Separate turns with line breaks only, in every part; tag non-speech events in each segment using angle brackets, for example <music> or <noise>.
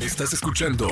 Estás escuchando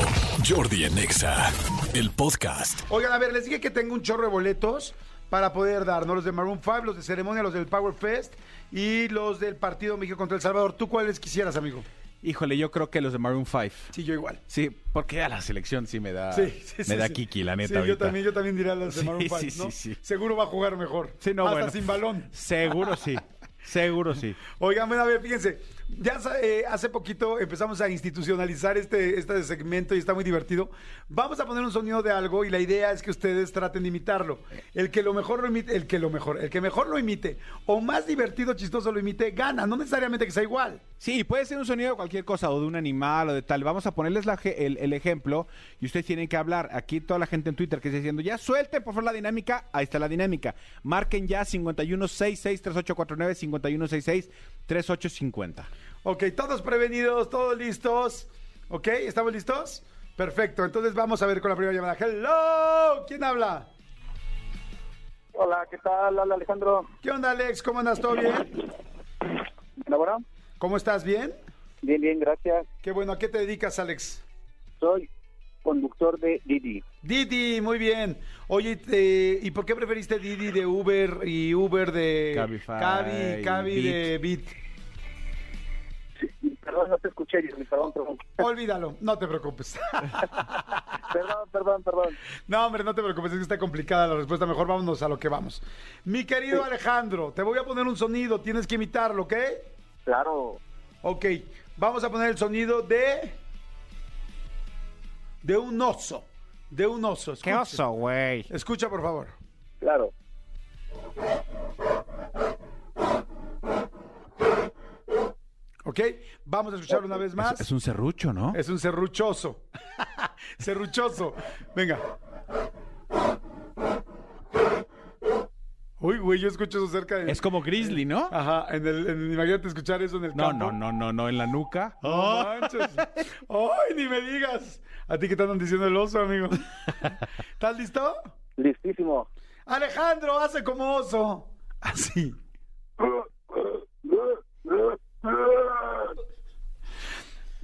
Jordi en Exa, el podcast.
Oigan, a ver, les dije que tengo un chorro de boletos para poder dar, ¿no? Los de Maroon 5, los de Ceremonia, los del Power Fest y los del partido México contra El Salvador. ¿Tú cuáles quisieras, amigo?
Híjole, yo creo que los de Maroon 5.
Sí, yo igual.
Sí, porque a la selección sí me da,
Sí, sí, sí,
me da
sí.
kiki, la neta.
Sí, yo
ahorita.
también, yo también diría los de
Sí,
Maroon 5,
sí,
¿no?
sí, sí.
Seguro va a jugar mejor.
Sí, no,
Hasta
bueno.
sin balón.
Seguro sí, seguro sí.
Oigan, bueno, a ver, fíjense, ya sa- eh, hace poquito empezamos a institucionalizar este, este segmento y está muy divertido. Vamos a poner un sonido de algo y la idea es que ustedes traten de imitarlo. El que lo mejor lo imite, el que lo mejor, el que mejor lo imite o más divertido, chistoso lo imite, gana, no necesariamente que sea igual.
Sí, puede ser un sonido de cualquier cosa, o de un animal, o de tal. Vamos a ponerles la ge- el, el ejemplo y ustedes tienen que hablar. Aquí toda la gente en Twitter que está diciendo, ya suelten por favor la dinámica. Ahí está la dinámica. Marquen ya 5166-3849, 5166-3850.
Ok, todos prevenidos, todos listos. Ok, ¿estamos listos? Perfecto, entonces vamos a ver con la primera llamada. Hello, ¿quién habla?
Hola, ¿qué tal? Hola, Alejandro.
¿Qué onda, Alex? ¿Cómo andas? ¿Todo bien?
¿Me elabora?
¿Cómo estás? ¿Bien?
Bien, bien, gracias.
Qué bueno, ¿a qué te dedicas, Alex?
Soy conductor de Didi.
Didi, muy bien. Oye, te- ¿y por qué preferiste Didi de Uber y Uber de
Cabify,
Cabi, Cabi
Bit.
de Bit?
Perdón, no te escuché, Jordi, perdón, perdón.
Olvídalo, no te preocupes. <laughs>
Perdón, perdón, perdón.
No, hombre, no te preocupes, es que está complicada la respuesta. Mejor vámonos a lo que vamos. Mi querido Alejandro, te voy a poner un sonido, tienes que imitarlo, ¿ok?
Claro,
Ok, vamos a poner el sonido de. de un oso. De un oso.
¿Qué
escucha.
oso, güey?
Escucha, por favor.
claro.
¿Ok? Vamos a escucharlo una vez más.
Es, es un serrucho, ¿no?
Es un serruchoso. <laughs> serruchoso. Venga. Uy, güey, yo escucho eso cerca de.
Es como grizzly, ¿no?
Ajá, en el, en- imagínate escuchar eso en el
No,
campo.
no, no, no, no, en la nuca.
No manches. ¡Ay, ni me digas! ¿A ti qué te andan diciendo el oso, amigo?
<laughs>
¿Estás listo?
<laughs> Listísimo.
Alejandro, hace como oso. Así.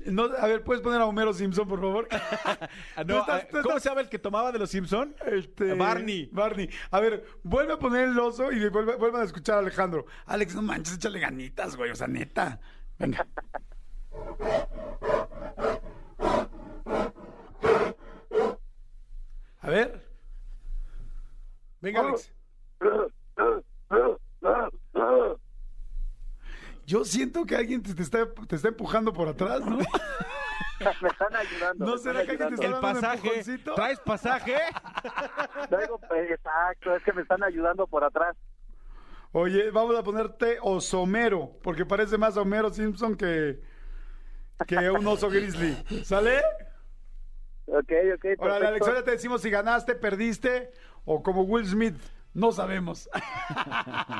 No, a ver, ¿puedes poner a Homero Simpson, por favor?
Ah,
Tú
no,
estás-
ah,
tú
¿Cómo
estás-
se llama el que tomaba de los Simpson?
Este,
Barney.
Barney. A ver, vuelve a poner el oso y vuelve, vuelvan a escuchar a Alejandro. Alex, no manches, échale ganitas, güey. O sea, neta. Venga. A ver. Venga, Alex. Yo siento que alguien te, te está, te está empujando por atrás, ¿no?
Me están ayudando.
No
me están
será que alguien te
ayudando.
está
El
dando un
pasaje.
empujoncito.
¿Traes pasaje?
Traigo- pues, Exacto, es que me están ayudando por atrás.
Oye, vamos a ponerte Osomero, porque parece más Homero Simpson que, que un oso grizzly. ¿Sale?
Ok, ok.
Ahora, Alex,
perfecto.
ahora te decimos si ganaste, perdiste o como Will Smith. No sabemos.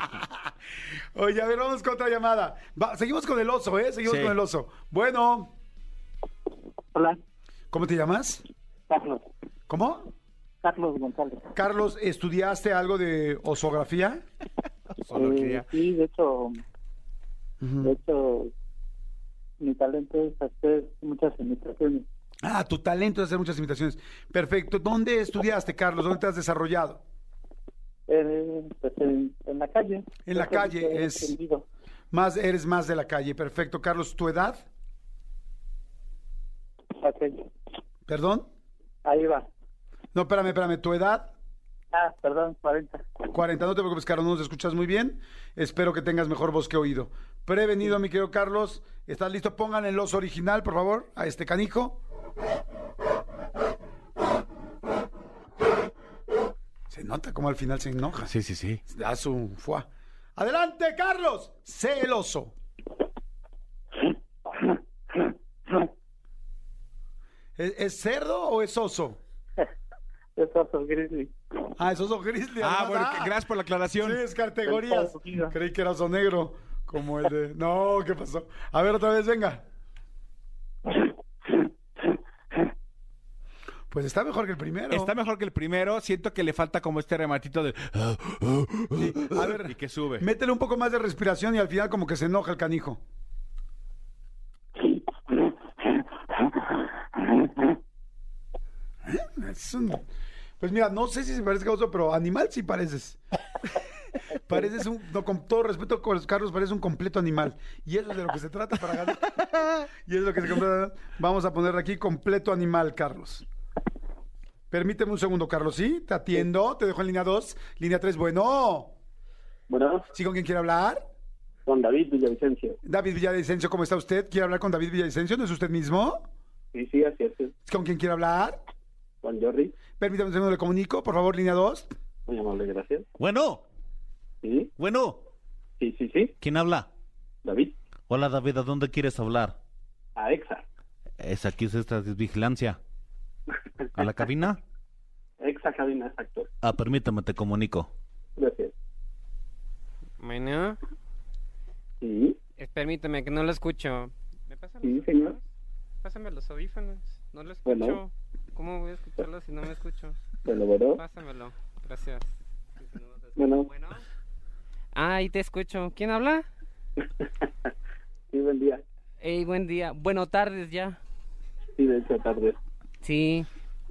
<laughs> Oye, a ver, vamos con otra llamada. Va, seguimos con el oso, ¿eh? Seguimos
Sí.
con el oso. Bueno,
Hola,
¿cómo te llamas?
Carlos.
¿Cómo?
Carlos González.
Carlos, ¿estudiaste algo de osografía?
Zoología.
Eh, sí, de hecho, de hecho, mi talento es hacer muchas imitaciones.
Ah, tu talento es hacer muchas invitaciones. Perfecto. ¿Dónde estudiaste, Carlos? ¿Dónde te has desarrollado?
Eh, pues, en, en la calle.
En la
Eso
calle
lo que he
es-
aprendido.
Más, eres más de la calle, perfecto. Carlos, ¿tu edad?
Ok,
¿Perdón?
Ahí va.
No, espérame, espérame, ¿tu edad?
Ah, perdón, 40.
40, no te preocupes, Carlos, no nos escuchas muy bien. Espero que tengas mejor voz que oído. Prevenido, mi querido Carlos. ¿Estás listo? Pongan el oso original, por favor, a este canijo. Se nota como al final se enoja.
Ah, Sí, sí, sí.
Da su fuá. ¡Adelante, Carlos! ¡Sé el oso! ¿Es, es cerdo o es oso?
Eso es pues, grizzly.
Ah, es oso grizzly.
Ah,
además.
bueno, que- gracias por la aclaración.
Sí, es categorías. Creí que era oso negro, como el de... No, ¿qué pasó? A ver, otra vez, venga. Pues está mejor que el primero.
Está mejor que el primero. Siento que le falta como este rematito de.
Sí, A ver,
y que sube.
métele un poco más de respiración y al final como ¿Eh? que se enoja el canijo. pareces un. Pues mira, no sé si se parece a oso, pero animal sí pareces. <laughs> pareces un. no, con todo respeto, Carlos, pareces un completo animal. Y eso es de lo que se trata para ganar. Y es lo que se compra. Vamos a poner aquí completo animal, Carlos. Permíteme un segundo, Carlos, ¿sí? Te atiendo, te dejo en línea 2. Línea 3, bueno.
Bueno,
¿Sí con quién quiere hablar?
Juan David Villavicencio.
David Villavicencio, ¿cómo está usted? ¿Quiere hablar con David Villavicencio? ¿No es usted mismo?
Sí, sí, así es.
¿Con quién quiere hablar?
Juan Jordi,
Permítame un segundo, le comunico, por favor, línea 2.
muy amable, gracias.
Bueno,
Sí,
bueno,
sí, sí, sí.
¿quién habla?
David,
Hola David, ¿a dónde quieres hablar?
a Exa.
Es aquí es esta vigilancia. ¿A la cabina?
Exa cabina, exacto.
Ah, permítame, te comunico.
Gracias.
Bueno,
Sí,
eh, permítame que no lo escucho. ¿Me pasan los
Sí, señor.
audífonos? Pásame los audífonos. No lo escucho.
Bueno.
¿Cómo voy a escucharlo si no me escucho?
bueno, bueno.
Pásamelo. Gracias. Si no, no te escucho.
Bueno.
bueno. Ah, ahí te escucho. ¿Quién habla?
Sí, buen día.
Ey, buen día. Bueno, tardes ya.
Sí, de hecho, tarde.
Sí.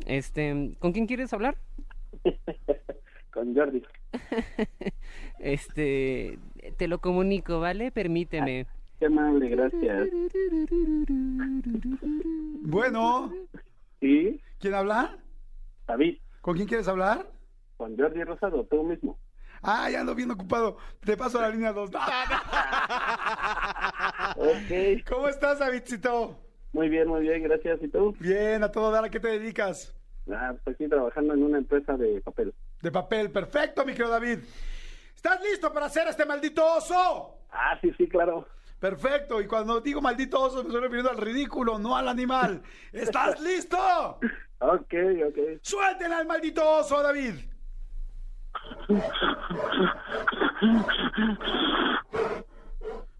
Este, ¿con quién quieres hablar?
Con Jordi.
Este, te lo comunico, ¿vale? Permíteme.
Qué amable, gracias.
Bueno,
Sí,
¿quién habla?
David,
¿Con quién quieres hablar?
con Jordi Rosado, tú mismo.
Ah, ya ando bien ocupado. Te paso a la línea 2. Ah.
Ok,
¿Cómo estás, Davidcito?
muy bien, muy bien, gracias. ¿Y tú?
Bien, a todo dar. ¿A qué te dedicas?
Ah, pues aquí trabajando en una empresa de papel.
De papel. Perfecto, mi querido David. ¿Estás listo para hacer este maldito oso?
Ah, sí, sí, claro.
Perfecto. Y cuando digo maldito oso, me estoy refiriendo al ridículo, no al animal. ¿Estás listo?
Ok, ok.
Suéltela al maldito oso, David.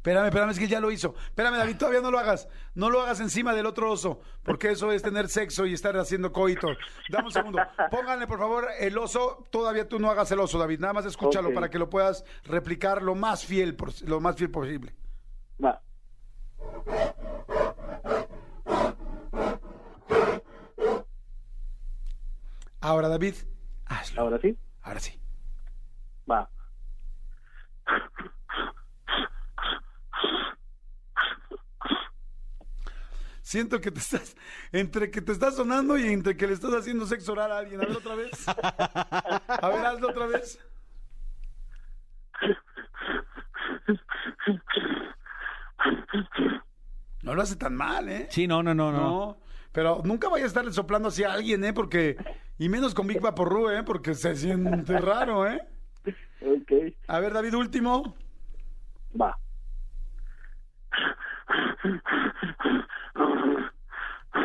Espérame, espérame, es que ya lo hizo. Espérame, David, todavía no lo hagas. No lo hagas encima del otro oso, porque eso es tener sexo y estar haciendo coito. Dame un segundo. Pónganle, por favor, el oso. Todavía tú no hagas el oso, David. Nada más escúchalo
Ok.
para que lo puedas replicar lo más fiel, por- lo más fiel posible.
Va.
Ahora, David, hazlo.
Ahora sí,
Ahora sí.
va.
Siento que te estás, entre que te estás sonando y entre que le estás haciendo sexo oral a alguien. A ver otra vez. A ver, hazlo otra vez. No lo hace tan mal, ¿eh?
Sí, no, no, no, no.
No, pero nunca vaya a estarle soplando así a alguien, ¿eh? Porque, y menos con Big Vaporru, ¿eh? Porque se siente raro, ¿eh?
Ok,
A ver, David, último.
va. <laughs>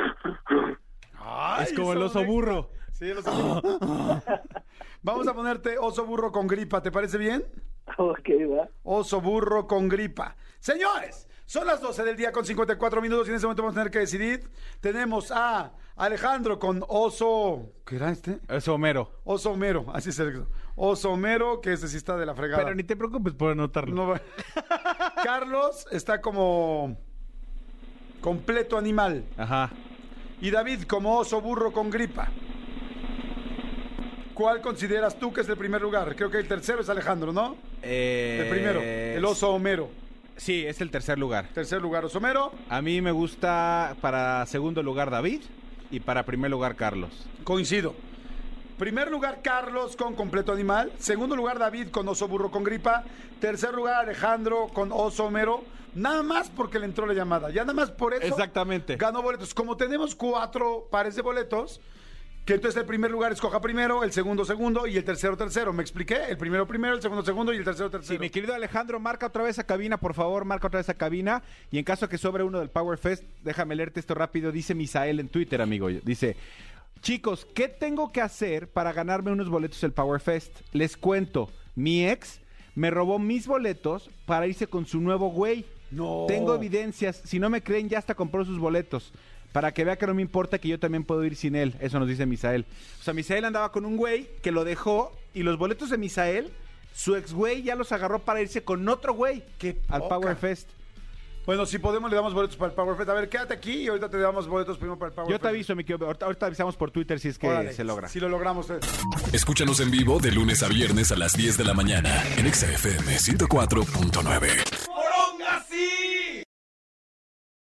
es como el
eso,
oso
Alex.
burro.
Sí, el oso
<laughs>
burro. Vamos a ponerte oso burro con gripa, ¿te parece bien?
Ok, va.
Oso burro con gripa. Señores, son las 12 del día con 54 minutos y en este momento vamos a tener que decidir. Tenemos a Alejandro con oso. ¿Qué era este?
Es Homero.
Oso Homero, así es el Oso Homero, que ese sí está de la fregada.
Pero ni te preocupes por anotarlo.
No
<laughs>
va- Carlos está como completo animal.
Ajá.
Y David como oso burro con gripa. ¿Cuál consideras tú que es el primer lugar? Creo que el tercero es Alejandro, ¿no?
Eh,
El primero, el oso Homero.
Sí, es el tercer lugar.
Tercer lugar, oso Homero.
A mí me gusta para segundo lugar David y para primer lugar Carlos.
Coincido. Primer lugar, Carlos con completo animal. Segundo lugar, David con oso burro con gripa. Tercer lugar, Alejandro con oso homero. Nada más porque le entró la llamada. Ya nada más por eso.
Exactamente.
Ganó boletos. Como tenemos cuatro pares de boletos, que entonces el primer lugar escoja primero, el segundo segundo y el tercero tercero. ¿Me expliqué? El primero primero, el segundo segundo y el tercero
Sí,
tercero.
mi querido Alejandro, marca otra vez a cabina, por favor, marca otra vez a cabina. Y en caso que sobre uno del Power Fest, déjame leerte esto rápido. Dice Misael en Twitter, amigo. Dice, chicos, ¿qué tengo que hacer para ganarme unos boletos del Power Fest? Les cuento, mi ex me robó mis boletos para irse con su nuevo güey.
No.
Tengo evidencias. Si no me creen, ya hasta compró sus boletos. Para que vea que no me importa que yo también puedo ir sin él. Eso nos dice Misael. O sea, Misael andaba con un güey que lo dejó y los boletos de Misael, su ex güey ya los agarró para irse con otro güey
Qué
al
poca.
Power Fest.
Bueno, si podemos, le damos boletos para el Power Fest. A ver, quédate aquí y ahorita te damos boletos primero para el Power
Yo
Fest.
te aviso, mi querido. Ahorita, ahorita avisamos por Twitter si es que
Órale,
se logra.
Si lo logramos. eh.
Escúchanos en vivo de lunes a viernes a las 10 de la mañana en Exa FM 104.9.